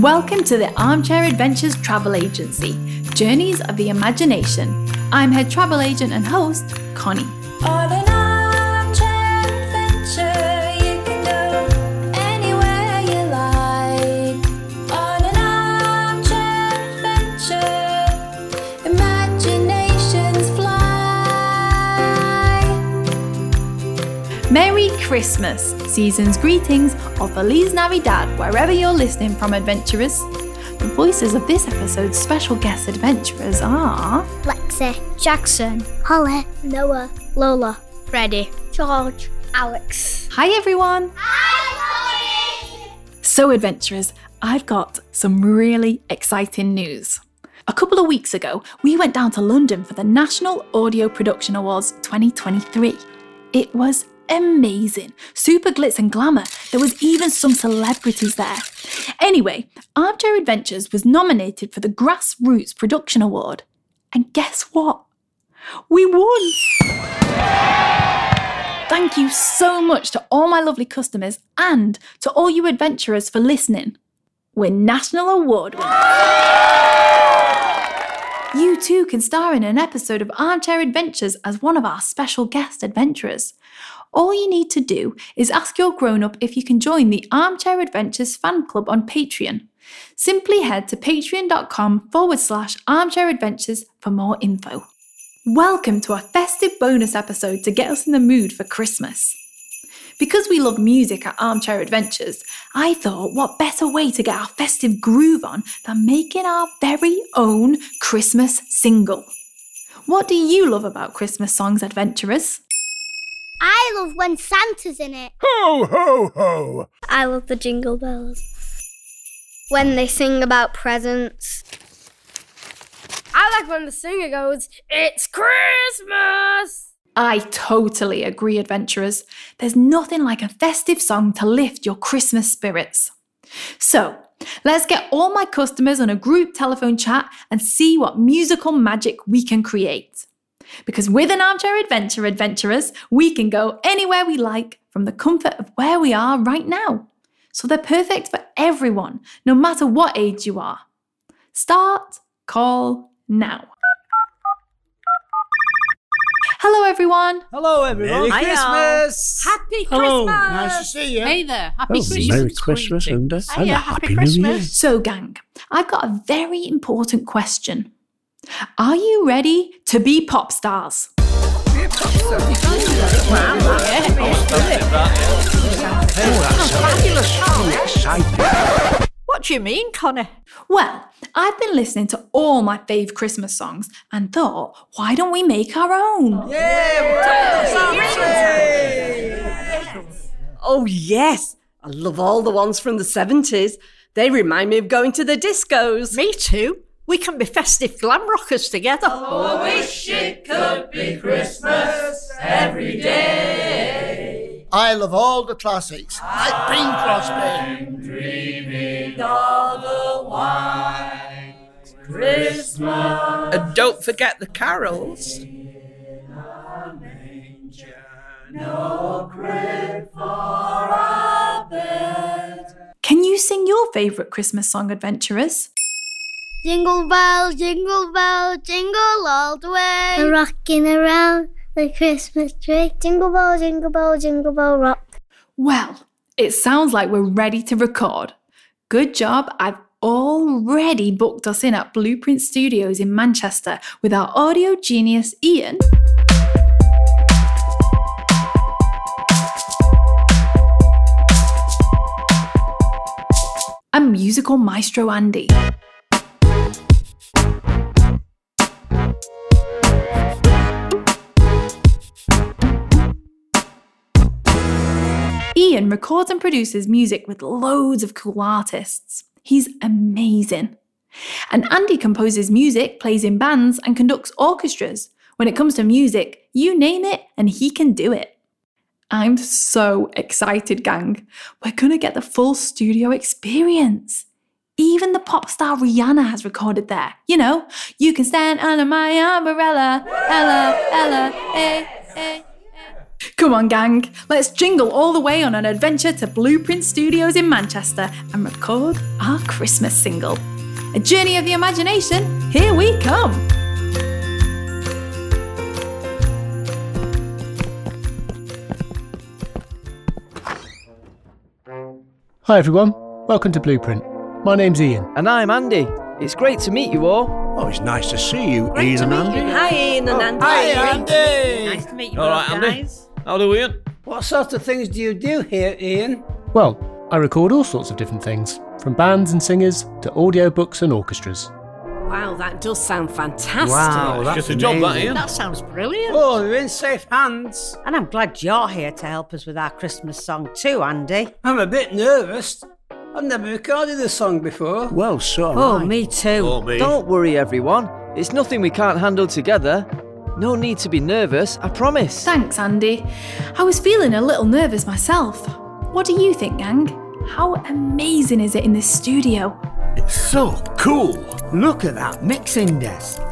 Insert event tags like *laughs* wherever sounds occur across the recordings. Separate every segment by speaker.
Speaker 1: Welcome to the Armchair Adventures Travel Agency Journeys of the Imagination. I'm head travel agent and host, Connie.
Speaker 2: On an armchair adventure, you can go anywhere you like. On an armchair adventure, imaginations fly.
Speaker 1: Merry Christmas! Season's greetings or Feliz Navidad wherever you're listening from, adventurers. The voices of this episode's special guest adventurers are.
Speaker 3: Lexi, Jackson, Holly, Noah, Lola, Freddie, George, Alex.
Speaker 1: Hi everyone! So, adventurers, I've got some really exciting news. A couple of weeks ago, we went down to London for the National Audio Production Awards 2023. It was amazing, super glitz and glamour. There was even some celebrities there. Anyway, Armchair Adventures was nominated for the Grassroots Production Award. And guess what? We won! Thank you so much to all my lovely customers and to all you adventurers for listening. We're national award winners. You too can star in an episode of Armchair Adventures as one of our special guest adventurers. All you need to do is ask your grown up if you can join the Armchair Adventures fan club on Patreon. Simply head to patreon.com forward slash armchair adventures for more info. Welcome to our festive bonus episode to get us in the mood for Christmas. Because we love music at Armchair Adventures, I thought what better way to get our festive groove on than making our very own Christmas single. What do you love about Christmas songs, adventurers?
Speaker 3: I love when Santa's in it.
Speaker 4: Ho, ho, ho!
Speaker 3: I love the jingle bells. When they sing about presents.
Speaker 5: I like when the singer goes, It's Christmas!
Speaker 1: I totally agree, adventurers. There's nothing like a festive song to lift your Christmas spirits. So, let's get all my customers on a group telephone chat and see what musical magic we can create. Because with an armchair adventure, adventurers, we can go anywhere we like from the comfort of where we are right now. So they're perfect for everyone, no matter what age you are. Start, call now. Hello, everyone.
Speaker 6: Hello, everyone.
Speaker 4: Merry Christmas!
Speaker 5: Happy
Speaker 6: Hello.
Speaker 5: Christmas!
Speaker 6: Nice to see you.
Speaker 7: Hey there, happy Christmas.
Speaker 8: Merry Christmas and, uh, and a
Speaker 7: Oh, yeah,
Speaker 8: Happy, New
Speaker 7: Happy
Speaker 8: Year.
Speaker 7: Christmas.
Speaker 1: So, gang, I've got a very important question. Are you ready to be pop stars?
Speaker 7: What do you mean, Connie?
Speaker 1: Well, I've been listening to all my fave Christmas songs and thought, why don't we make our own?
Speaker 9: Oh, yes. I love all the ones from the 70s. They remind me of going to the discos.
Speaker 7: Me too. We can be festive glam rockers together.
Speaker 9: Oh,
Speaker 6: I love all the classics. Like Bing Crosby.
Speaker 10: And don't forget the carols.
Speaker 1: Can you sing your favourite Christmas song, adventurers?
Speaker 3: Jingle bell, jingle bell, jingle all the way. We're rocking around the Christmas tree. Jingle bell, jingle bell, jingle bell rock.
Speaker 1: Well, it sounds like we're ready to record. Good job, I've already booked us in at Blueprint Studios in Manchester with our audio genius Ian. And musical maestro Andy. Ian records and produces music with loads of cool artists. He's amazing. And Andy composes music, plays in bands, and conducts orchestras. When it comes to music, you name it, and he can do it. I'm so excited, gang. We're gonna get the full studio experience. Even the pop star Rihanna has recorded there. You know, you can stand under my umbrella. Ella, Ella, eh, eh. Come on, gang, let's jingle all the way on an adventure to Blueprint Studios in Manchester and record our Christmas single. A journey of the imagination, here we come!
Speaker 8: Hi everyone, welcome to Blueprint. My name's Ian.
Speaker 11: And I'm Andy. It's great to meet you all.
Speaker 4: Oh, it's nice to see you,
Speaker 11: Great to
Speaker 4: Ian
Speaker 11: meet
Speaker 4: Andy.
Speaker 9: Hi, Ian and Andy. Hi, Andy. Nice to meet
Speaker 12: Oh, All right, Andy. How do we, Ian? What sort of things do you do here, Ian?
Speaker 8: Well, I record all sorts of different things, from bands and singers to audiobooks and orchestras.
Speaker 9: Wow, that does sound fantastic.
Speaker 8: Wow, that's Just a job, that, amazing. Ian.
Speaker 13: That sounds brilliant.
Speaker 12: Oh, you're in safe hands.
Speaker 13: And I'm glad you're here to help us with our Christmas song too, Andy.
Speaker 12: I'm a bit nervous. I've never recorded a song before.
Speaker 4: Well, so
Speaker 13: Oh, me too.
Speaker 11: Don't worry, everyone. It's nothing we can't handle together. No need to be nervous, I promise.
Speaker 1: Thanks, Andy. I was feeling a little nervous myself. What do you think, gang? How amazing is it in this studio?
Speaker 4: So cool. Look at that mixing desk.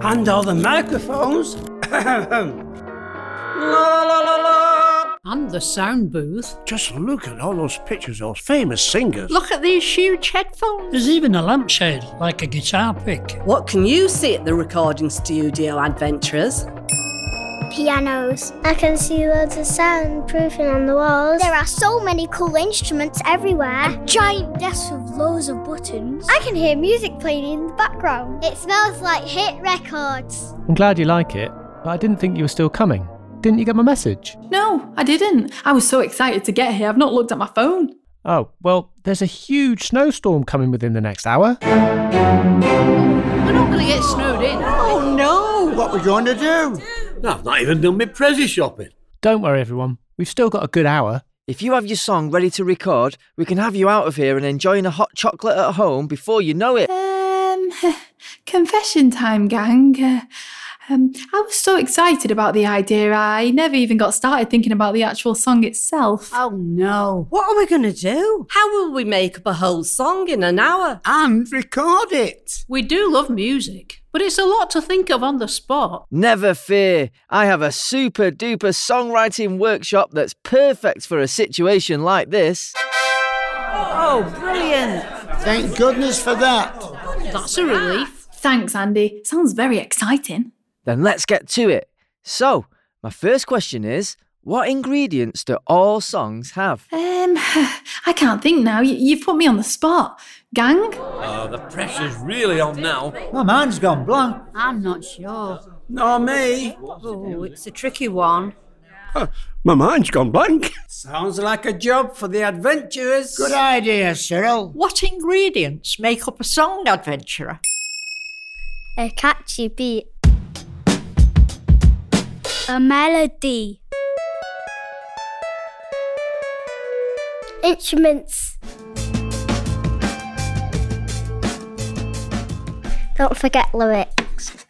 Speaker 12: And all the microphones. *coughs*
Speaker 7: And the sound booth.
Speaker 4: Just look at all those pictures, of those famous singers.
Speaker 7: Look at these huge headphones.
Speaker 14: There's even a lampshade, like a guitar pick.
Speaker 9: What can you see at the recording studio, adventurers?
Speaker 3: Pianos. I can see loads of soundproofing on the walls. There are so many cool instruments everywhere. giant desks with loads of buttons. I can hear music playing in the background. It smells like hit records.
Speaker 8: I'm glad you like it, but I didn't think you were still coming. Didn't you get my message?
Speaker 1: No, I didn't. I was so excited to get here, I've not looked at my phone.
Speaker 8: Oh, well, there's a huge snowstorm coming within the next hour.
Speaker 7: We're not going to get snowed in.
Speaker 13: Oh no!
Speaker 8: What we going to do?
Speaker 11: No, I've not even done my prezi shopping.
Speaker 8: Don't worry, everyone. We've still got a good hour.
Speaker 11: If you have your song ready to record, we can have you out of here and enjoying a hot chocolate at home before you know it.
Speaker 1: Um, *laughs* confession time, gang. Uh, um, I was so excited about the idea, I never even got started thinking about the actual song itself.
Speaker 13: Oh no. What are we going to do?
Speaker 9: How will we make up a whole song in an hour?
Speaker 4: And record it.
Speaker 7: We do love music, but it's a lot to think of on the spot.
Speaker 11: Never fear, I have a super duper songwriting workshop that's perfect for a situation like this.
Speaker 13: Oh, brilliant.
Speaker 6: Thank goodness for that.
Speaker 1: That's a relief. Thanks, Andy. Sounds very exciting.
Speaker 11: Then let's get to it. So, my first question is what ingredients do all songs have?
Speaker 1: Um, *sighs* I can't think now. Y- you've put me on the spot. Gang?
Speaker 12: Oh, the pressure's really on now.
Speaker 13: My mind's gone blank. I'm not sure.
Speaker 12: Nor me.
Speaker 13: Oh, it's a tricky one.
Speaker 4: My mind's gone blank.
Speaker 12: Sounds like a job for the adventurers.
Speaker 7: Good
Speaker 13: idea, Cyril.
Speaker 7: What ingredients make up a song, adventurer?
Speaker 3: A catchy beat. A melody. Instruments. Don't forget lyrics.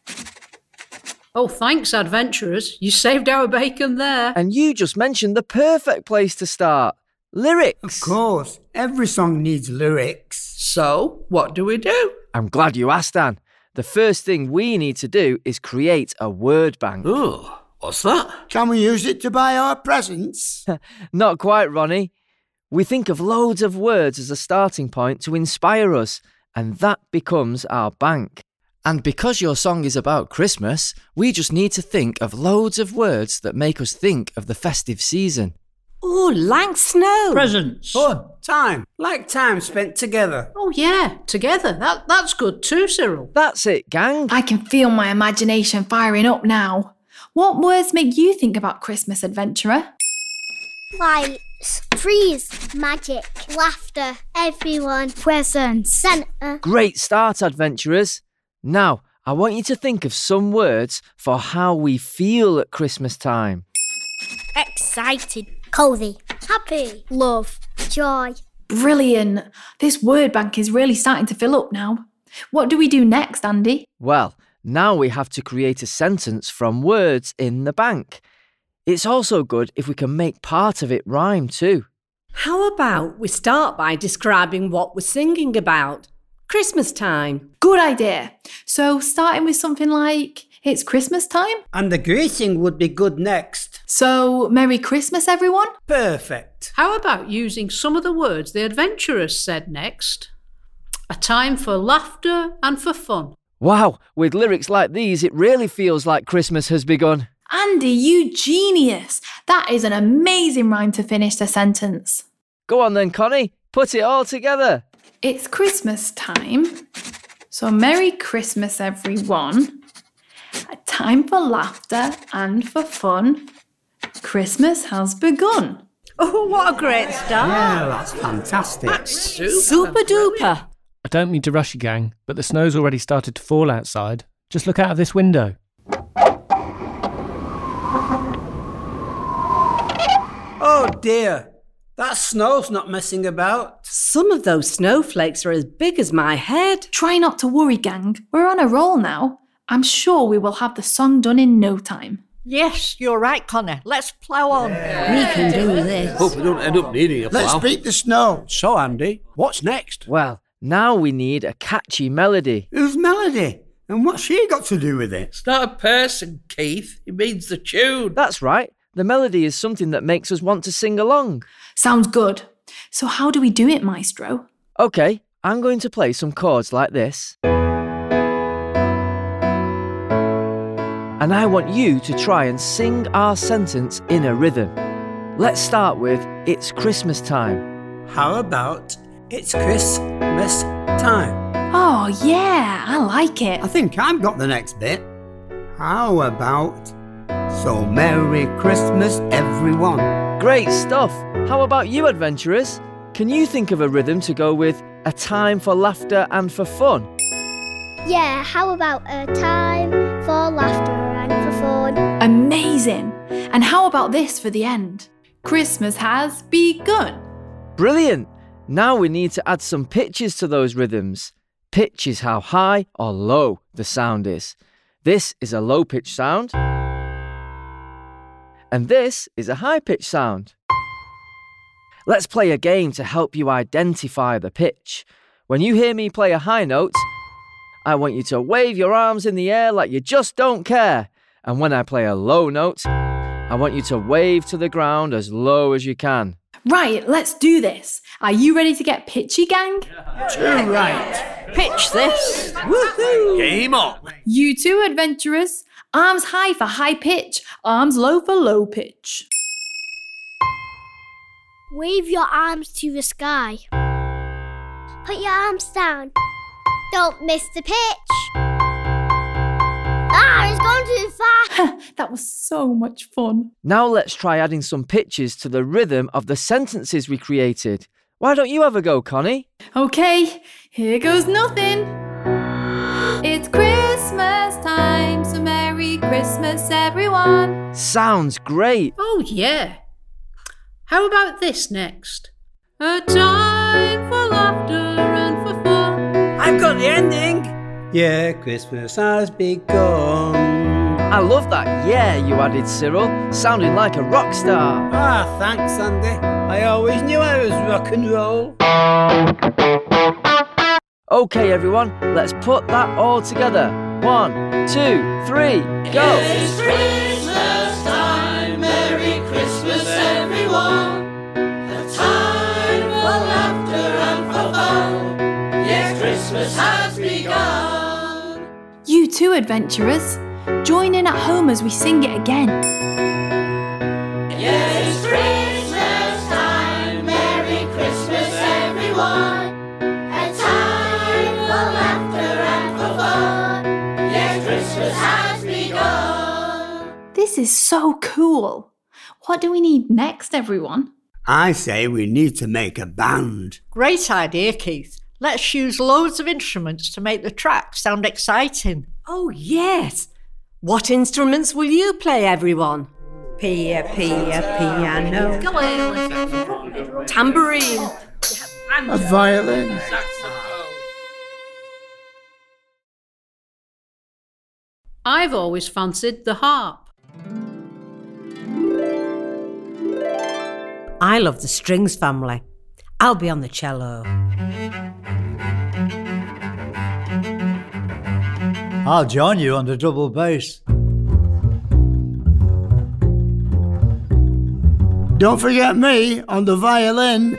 Speaker 7: Oh, thanks, adventurers. You saved our bacon there.
Speaker 11: And you just mentioned the perfect place to start lyrics.
Speaker 15: Of course, every song needs lyrics.
Speaker 11: So, what do we do? I'm glad you asked, Dan. The first thing we need to do is create a word bank. Oh, what's that?
Speaker 6: Can we use it to buy our presents?
Speaker 11: *laughs* Not quite, Ronnie. We think of loads of words as a starting point to inspire us, and that becomes our bank. And because your song is about Christmas, we just need to think of loads of words that make us think of the festive season.
Speaker 13: Oh, lank snow.
Speaker 14: Presents.
Speaker 12: Fun. Time. Like time spent together.
Speaker 7: Oh, yeah, together. That, that's good too, Cyril.
Speaker 11: That's it, gang.
Speaker 1: I can feel my imagination firing up now. What words make you think about Christmas, adventurer?
Speaker 3: Lights. Trees. Magic. Laughter. Everyone. Presents. Santa.
Speaker 11: Great start, adventurers. Now, I want you to think of some words for how we feel at Christmas time.
Speaker 3: Excited. Cozy. Happy. Love. Joy.
Speaker 1: Brilliant. This word bank is really starting to fill up now. What do we do next, Andy?
Speaker 11: Well, now we have to create a sentence from words in the bank. It's also good if we can make part of it rhyme too.
Speaker 9: How about we start by describing what we're singing about? Christmas time.
Speaker 1: Good idea. So, starting with something like It's Christmas time.
Speaker 12: And the greeting would be good next.
Speaker 1: So, Merry Christmas, everyone.
Speaker 12: Perfect.
Speaker 7: How about using some of the words the adventurers said next? A time for laughter and for fun.
Speaker 11: Wow, with lyrics like these, it really feels like Christmas has begun.
Speaker 1: Andy, you genius. That is an amazing rhyme to finish the sentence.
Speaker 11: Go on then, Connie, put it all together.
Speaker 1: It's Christmas time. So, Merry Christmas, everyone. A time for laughter and for fun. Christmas has begun.
Speaker 13: Oh, what a great start.
Speaker 15: Yeah, that's fantastic.
Speaker 13: Ah. Super duper.
Speaker 8: I don't mean to rush you, gang, but the snow's already started to fall outside. Just look out of this window.
Speaker 12: Oh dear, that snow's not messing about.
Speaker 9: Some of those snowflakes are as big as my head.
Speaker 1: Try not to worry, gang. We're on a roll now. I'm sure we will have the song done in no time.
Speaker 13: Yes, you're right, Connor. Let's plough on.
Speaker 6: We can do
Speaker 13: this.
Speaker 6: Hope we don't end up needing a Let's
Speaker 11: plough.
Speaker 6: beat the snow.
Speaker 11: So, Andy, what's next? Well, now we need a catchy melody.
Speaker 15: Who's Melody? And what's she got to do with it?
Speaker 10: It's not a person, Keith. It means the tune.
Speaker 11: That's right. The melody is something that makes us want to sing along.
Speaker 1: Sounds good. So, how do we do it, Maestro?
Speaker 11: Okay, I'm going to play some chords like this. And I want you to try and sing our sentence in a rhythm. Let's start with It's Christmas Time.
Speaker 12: How about It's Christmas Time?
Speaker 1: Oh, yeah, I like it.
Speaker 15: I think I've got the next bit. How about So Merry Christmas, everyone?
Speaker 11: Great stuff! How about you, adventurers? Can you think of a rhythm to go with a time for laughter and for fun?
Speaker 3: Yeah, how about a time for laughter and for fun?
Speaker 1: Amazing. And how about this for the end? Christmas has begun.
Speaker 11: Brilliant! Now we need to add some pitches to those rhythms. Pitch is how high or low the sound is. This is a low pitch sound. And this is a high pitch sound. Let's play a game to help you identify the pitch. When you hear me play a high note, I want you to wave your arms in the air like you just don't care. And when I play a low note, I want you to wave to the ground as low as you can.
Speaker 1: Right, let's do this. Are you ready to get pitchy, gang?
Speaker 12: Too right.
Speaker 13: Pitch this.
Speaker 12: Game on.
Speaker 1: You too, adventurers. Arms high for high pitch, arms low for low pitch.
Speaker 3: Wave your arms to the sky. Put your arms down. Don't miss the pitch. Ah, it's gone too far.
Speaker 1: *laughs* That was so much fun.
Speaker 11: Now let's try adding some pitches to the rhythm of the sentences we created. Why don't you have a go, Connie?
Speaker 1: Okay, here goes nothing. It's Christmas time, so Merry Christmas, everyone.
Speaker 11: Sounds great.
Speaker 7: Oh, yeah. How about this next? A time for laughter and for fun.
Speaker 9: I've got the ending.
Speaker 12: Yeah, Christmas has begun.
Speaker 11: I love that yeah you added, Cyril, sounding like a rock star.
Speaker 12: Ah, thanks, Andy. I always knew I was rock and roll.
Speaker 11: Okay, everyone, let's put that all together. One, two, three, go.
Speaker 2: Christmas time, Merry Christmas, everyone. A time for laughter and for fun. Yes, Christmas has begun.
Speaker 1: You too, adventurers. Join in at home as we sing it again.
Speaker 2: Yes, Christmas time, Merry Christmas, everyone. A time for laughter and for fun. Yes, Christmas has begun.
Speaker 1: This is so cool. What do we need next, everyone?
Speaker 15: I say we need to make a band.
Speaker 13: Great idea, Keith. Let's use loads of instruments to make the track sound exciting.
Speaker 9: Oh, yes. What instruments will you play, everyone?
Speaker 13: Pia, Pia, piano.
Speaker 9: Tambourine.
Speaker 6: A violin.
Speaker 7: I've always fancied the harp.
Speaker 13: I love the strings family. I'll be on the cello.
Speaker 16: I'll join you on the double bass.
Speaker 6: Don't forget me on the violin.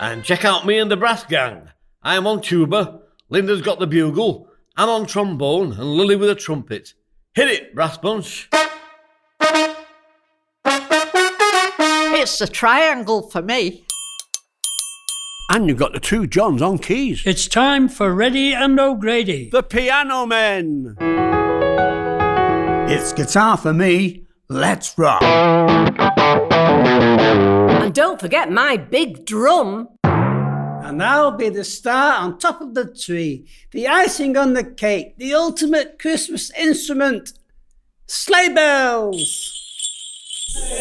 Speaker 10: And check out me and the brass gang. I'm on tuba, Linda's got the bugle, I'm on trombone, and Lily with a trumpet. Hit it, brass bunch.
Speaker 13: It's the triangle for me.
Speaker 17: And you've got the two Johns on keys.
Speaker 14: It's time for Ready and O'Grady.
Speaker 17: The Piano Men.
Speaker 15: It's guitar for me. Let's rock.
Speaker 9: And don't forget my big drum.
Speaker 12: And I'll be the star on top of the tree, the icing on the cake, the ultimate Christmas instrument. Sleigh bells!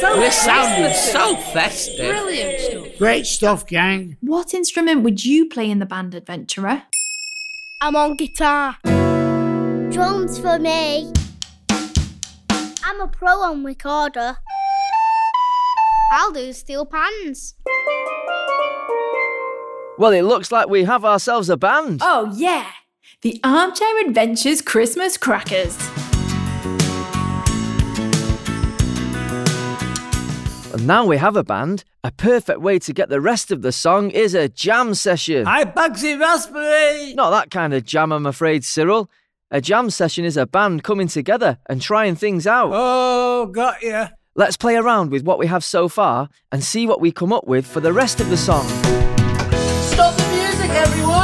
Speaker 2: So
Speaker 12: We're sounding
Speaker 2: Christmassy.
Speaker 12: so
Speaker 10: festive.
Speaker 2: Brilliant stuff.
Speaker 6: Great stuff, gang.
Speaker 1: What instrument would you play in the band, Adventurer?
Speaker 3: I'm on guitar. Drums for me. I'm a pro on recorder. I'll do steel pans. Oh,
Speaker 11: Well, it looks like we have ourselves a band.
Speaker 1: Oh, yeah! The Armchair Adventures Christmas Crackers.
Speaker 11: And now we have a band. A perfect way to get the rest of the song is a jam session.
Speaker 12: Hi, Bugsy Raspberry!
Speaker 11: Not that kind of jam, I'm afraid, Cyril. A jam session is a band coming together and trying things out.
Speaker 12: Oh, got ya.
Speaker 11: Let's play around with what we have so far and see what we come up with for the rest of the song.
Speaker 2: Stop the music, everyone!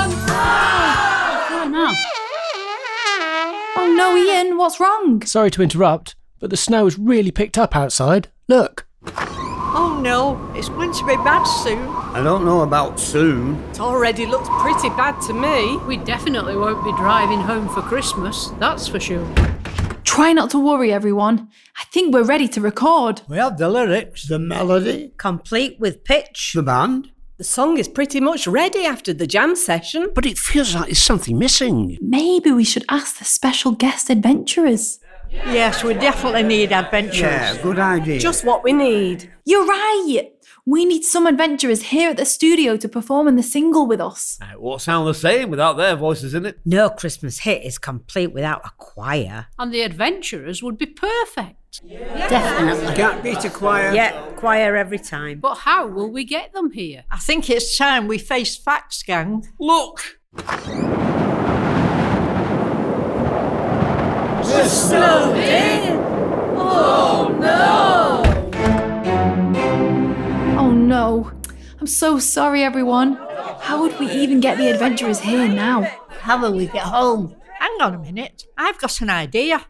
Speaker 1: Oh no, Ian, what's wrong?
Speaker 8: Sorry to interrupt, but the snow has really picked up outside. Look.
Speaker 13: Oh no, it's going to be bad soon.
Speaker 15: I don't know about soon.
Speaker 9: It already looks pretty bad to me.
Speaker 7: We definitely won't be driving home for Christmas, that's for sure.
Speaker 1: Try not to worry, everyone. I think we're ready to record.
Speaker 16: We have the lyrics, the melody.
Speaker 9: Complete with pitch.
Speaker 15: The band.
Speaker 9: The song is pretty much ready after the jam session.
Speaker 17: But it feels like there's something missing.
Speaker 1: Maybe we should ask the special guest adventurers.
Speaker 13: Yes, we definitely need adventures.
Speaker 15: Yeah, good idea.
Speaker 9: Just what we need.
Speaker 1: You're right! We need some adventurers here at the studio to perform in the single with us.
Speaker 10: It won't sound the same without their voices in it.
Speaker 18: No Christmas hit is complete without a choir.
Speaker 7: And the adventurers would be perfect.
Speaker 18: Definitely.
Speaker 12: Can't beat a choir.
Speaker 18: Yeah, choir every time.
Speaker 7: But how will we get them here?
Speaker 13: I think it's time we face facts, gang.
Speaker 12: Look!
Speaker 2: The snow did! Oh *laughs* no!
Speaker 1: Oh no. I'm so sorry, everyone. How would we even get the adventurers here now?
Speaker 13: How will we get home? Hang on a minute. I've got an idea.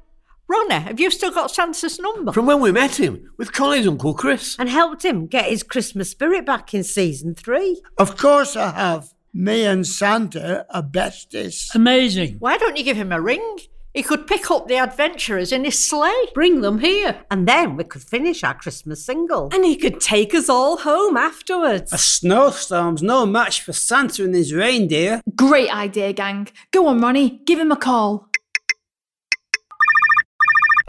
Speaker 13: Ronnie, have you still got Santa's number?
Speaker 10: From when we met him, with Connie's uncle Chris.
Speaker 18: And helped him get his Christmas spirit back in season three.
Speaker 6: Of course I have. Me and Santa are besties.
Speaker 14: Amazing.
Speaker 13: Why don't you give him a ring? He could pick up the adventurers in his sleigh.
Speaker 7: Bring them here.
Speaker 18: And then we could finish our Christmas single.
Speaker 9: And he could take us all home afterwards.
Speaker 12: A snowstorm's no match for Santa and his reindeer.
Speaker 1: Great idea, gang. Go on, Ronnie. Give him a call.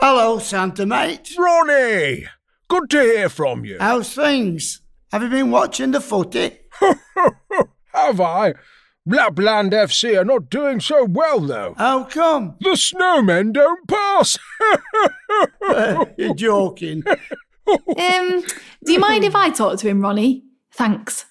Speaker 6: Hello, Santa mate.
Speaker 17: Ronnie! Good to hear from you.
Speaker 6: How's things? Have you been watching the footy?
Speaker 17: *laughs* Have I? Lapland FC are not doing so well, though.
Speaker 6: How come?
Speaker 17: The snowmen don't pass.
Speaker 6: *laughs* You're
Speaker 17: *laughs*
Speaker 6: joking.
Speaker 1: Um, do you mind if I talk to him, Ronnie? Thanks.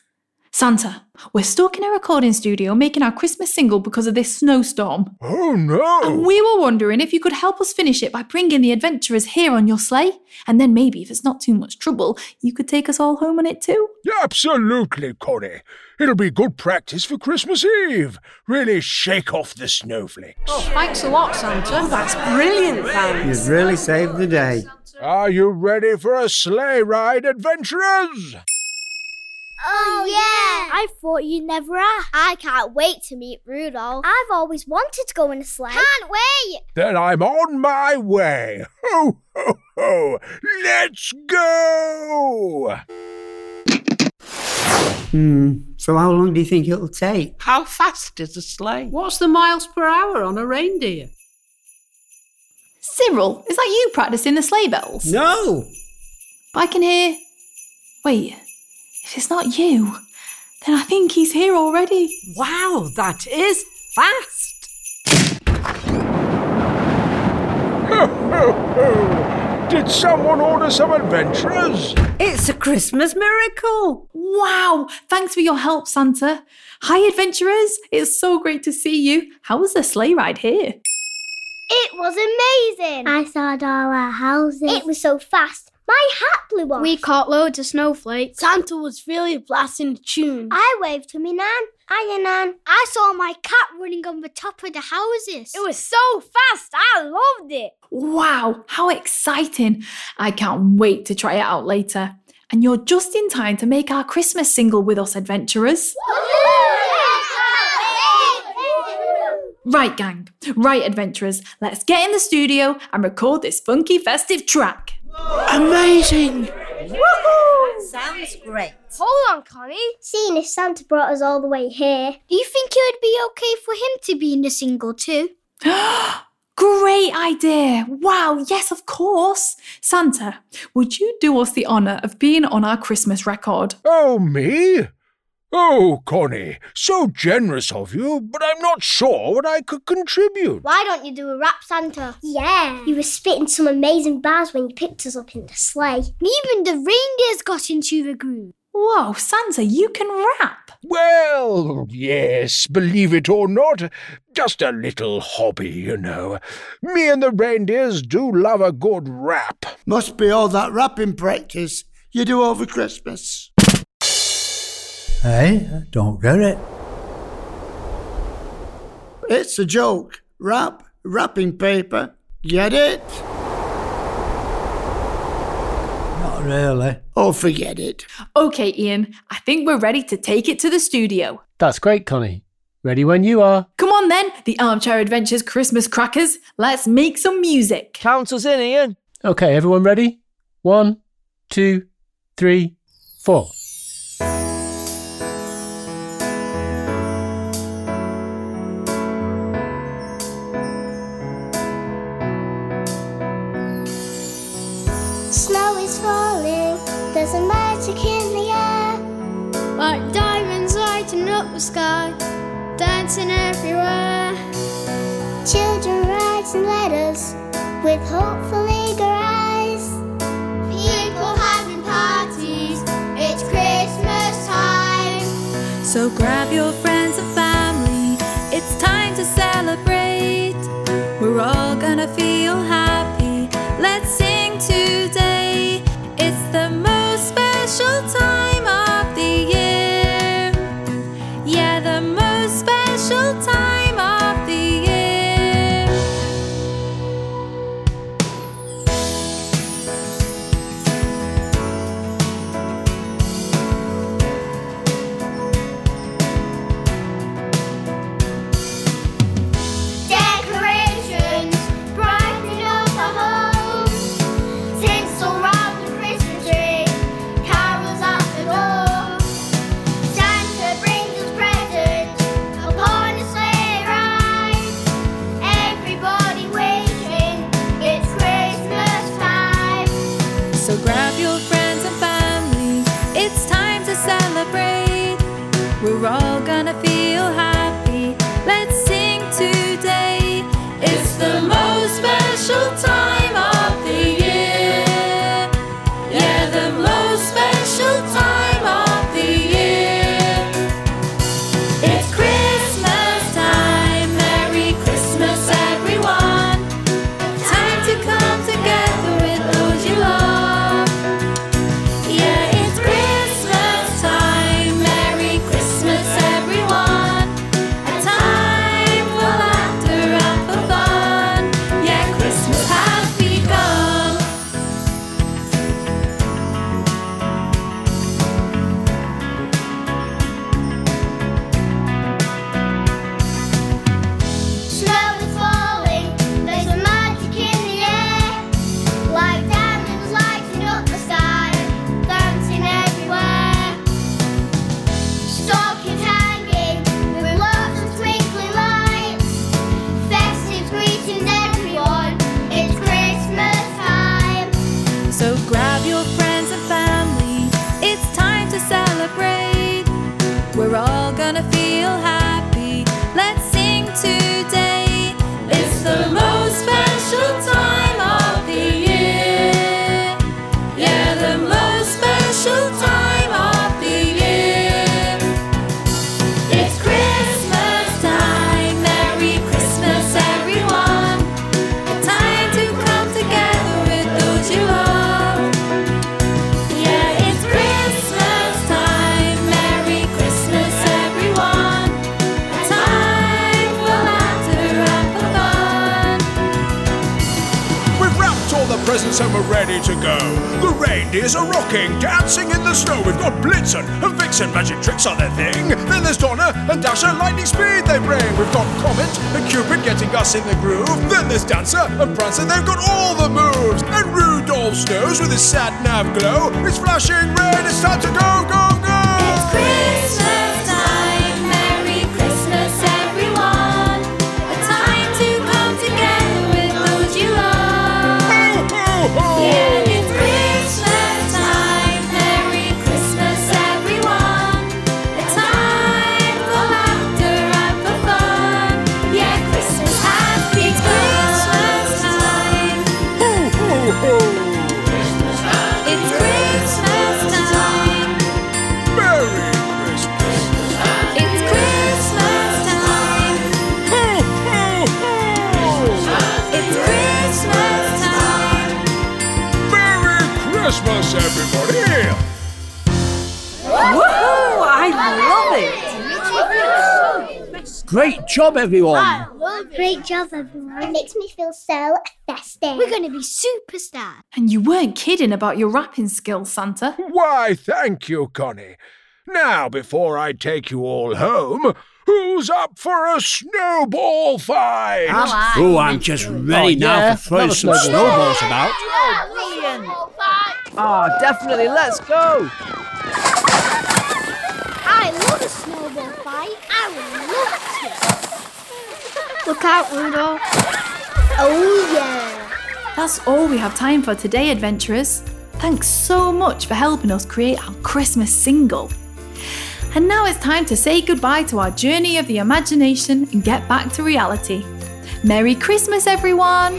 Speaker 1: Santa, we're stuck in a recording studio making our Christmas single because of this snowstorm.
Speaker 17: oh, no.
Speaker 1: And we were wondering if you could help us finish it by bringing the adventurers here on your sleigh. And then maybe, if it's not too much trouble, you could take us all home on it too.
Speaker 17: Absolutely, Connie. It'll be good practice for Christmas Eve. Really shake off the snowflakes.
Speaker 13: Oh, Thanks a lot, Santa.
Speaker 9: Oh, That's brilliant, thanks.
Speaker 15: You've really saved the day.
Speaker 17: Are you ready for a sleigh ride, adventurers?
Speaker 3: Oh, yeah! I thought you'd never ask. I can't wait to meet Rudolph. I've always wanted to go in a sleigh. Can't wait!
Speaker 17: Then I'm on my way. Ho, ho, ho. Let's go!
Speaker 15: Hmm. So how long do you think it'll take?
Speaker 12: How fast is a sleigh?
Speaker 7: What's the miles per hour on a reindeer?
Speaker 1: Cyril, is that you practicing the sleigh bells?
Speaker 12: No!
Speaker 1: But I can hear. Wait, if it's not you, then I think he's here already.
Speaker 9: Wow, that is
Speaker 18: fast.
Speaker 17: Did someone order some adventurers?
Speaker 1: It's a Christmas miracle! Wow! Thanks for your help, Santa. Hi, adventurers! It's so great to see you. How was the sleigh ride here?
Speaker 3: It was amazing. I saw all our houses. It was so fast. My hat blew off.
Speaker 19: We caught loads of snowflakes. Santa was really blasting the tune.
Speaker 3: I waved to me nan. Hiya, nan. I saw my cat running on the top of the houses. It was so fast. I loved it.
Speaker 1: Wow, how exciting! I can't wait to try it out later. And you're just in time to make our Christmas single with us, adventurers. Right, gang. Right, adventurers. Let's get in the studio and record this funky festive track.
Speaker 3: Amazing!
Speaker 18: Woohoo! Sounds great.
Speaker 3: Hold on, Connie. Seeing if Santa brought us all the way here, do you think it would be okay for him to be in the single *gasps* too?
Speaker 1: Great idea! Wow, yes, of course! Santa, would you do us the honour of being on our Christmas record?
Speaker 17: Oh, me? Oh, Connie, so generous of you, but I'm not sure what I could contribute.
Speaker 3: Why don't you do a rap, Santa? Yeah. You were spitting some amazing bars when you picked us up in the sleigh. Even the reindeers got into the groove.
Speaker 1: Whoa, Santa, you can rap!
Speaker 17: Well, yes, believe it or not, just a little hobby, you know. Me and the reindeers do love a good rap.
Speaker 6: Must be all that rapping practice you do over Christmas.
Speaker 16: Hey, I don't get it.
Speaker 6: It's a joke. Wrap, wrapping paper. Get it?
Speaker 16: Not really.
Speaker 6: Oh, forget it.
Speaker 1: Okay, Ian, I think we're ready to take it to the studio.
Speaker 8: That's great, Connie. Ready when you are.
Speaker 1: Come on then, the Armchair Adventures Christmas crackers. Let's make some music.
Speaker 11: Count us in, Ian.
Speaker 8: Okay, everyone ready? One, two, three, four.
Speaker 3: Snow is falling, there's a magic in the air.
Speaker 19: Like diamonds lighting up the sky, dancing everywhere.
Speaker 3: Children writing letters with hopeful eager eyes.
Speaker 19: People having parties, it's Christmas time.
Speaker 2: So grab your friends and family, it's time to celebrate. We're all gonna feel happy, let's sing today. It's the most special time of the year. Yeah, the most special time of the year.
Speaker 3: Decorations brighten up the homes. Tinsel round the Christmas tree, carols at the door. Santa brings us presents upon a sleigh ride. Everybody waiting, it's Christmas time.
Speaker 2: So grab your friends and family, it's time to celebrate. We're all gonna feel happy. Let's sing today. It's the most special time of the year. Yeah, the most special time of the year. It's Christmas time. Merry Christmas, everyone. Time to come together with those you love. Yeah, it's Christmas time. Merry Christmas, everyone. A time for laughter and for fun. Yeah, Christmas has begun.
Speaker 3: Snow is falling, there's a magic in the air. Like diamonds lighting up the sky, dancing everywhere. Stockings hanging with lots of twinkling lights. Festive greetings everyone, it's Christmas time.
Speaker 2: So grab your friends and family, it's time to celebrate. We're all gonna feel happy. Let's sing
Speaker 17: lights and we're ready to go. The reindeers are rocking, dancing in the snow. We've got Blitzen and Vixen, magic tricks are their thing. Then there's Donna and Dasher, lightning speed they bring. We've got Comet and Cupid getting us in the groove. Then there's Dancer and Prancer, they've got all the moves. And Rudolph snows with his sad nav glow. It's flashing red, it's time to go, go, go! It's
Speaker 2: Christmas time, Merry Christmas, everyone. A time to come together with those you love. Yeah, it's Christmas time, Merry Christmas, everyone. A time for laughter and for fun. Yeah, Christmas has begun. Christmas time. It's Christmas time.
Speaker 17: Merry Christmas.
Speaker 2: It's Christmas time. It's Christmas time.
Speaker 17: Merry Christmas, everybody!
Speaker 20: Woohoo! I love it.
Speaker 12: Great job, everyone.
Speaker 3: Great job, everyone. It makes me feel so festive. We're going to be superstars.
Speaker 1: And you weren't kidding about your rapping skills, Santa.
Speaker 21: Why, thank you, Connie. Now, before I take you all home, who's up for a snowball fight?
Speaker 12: Oh, I'm just ready
Speaker 21: Oh,
Speaker 12: now
Speaker 21: yeah,
Speaker 12: for throwing
Speaker 21: another
Speaker 12: some
Speaker 21: snowball.
Speaker 12: snowballs about.
Speaker 11: Ah, definitely, let's go.
Speaker 3: I love a snowball fight. I would love to. Look out, Rudolph. Oh, yeah.
Speaker 1: That's all we have time for today, adventurers. Thanks so much for helping us create our Christmas single. And now it's time to say goodbye to our journey of the imagination and get back to reality. Merry Christmas, everyone!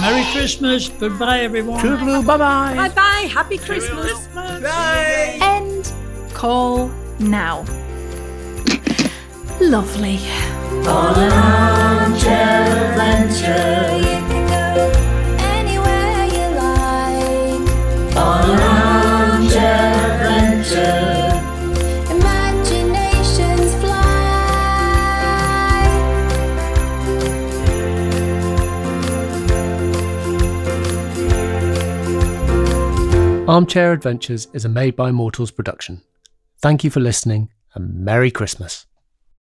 Speaker 22: Merry Christmas. Goodbye, everyone.
Speaker 12: Toodaloo, bye bye.
Speaker 20: Bye bye. Happy Christmas. Bye.
Speaker 1: End call now. Lovely.
Speaker 2: On an armchair adventure, you can go anywhere you like. On an armchair adventure, imaginations fly.
Speaker 8: Armchair Adventures is a Made by Mortals production. Thank you for listening and Merry Christmas.